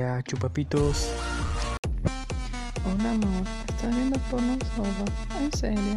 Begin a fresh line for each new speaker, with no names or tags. Hola, chupapitos.
Hola, amor. ¿Estás viendo porno sordo? ¿En serio?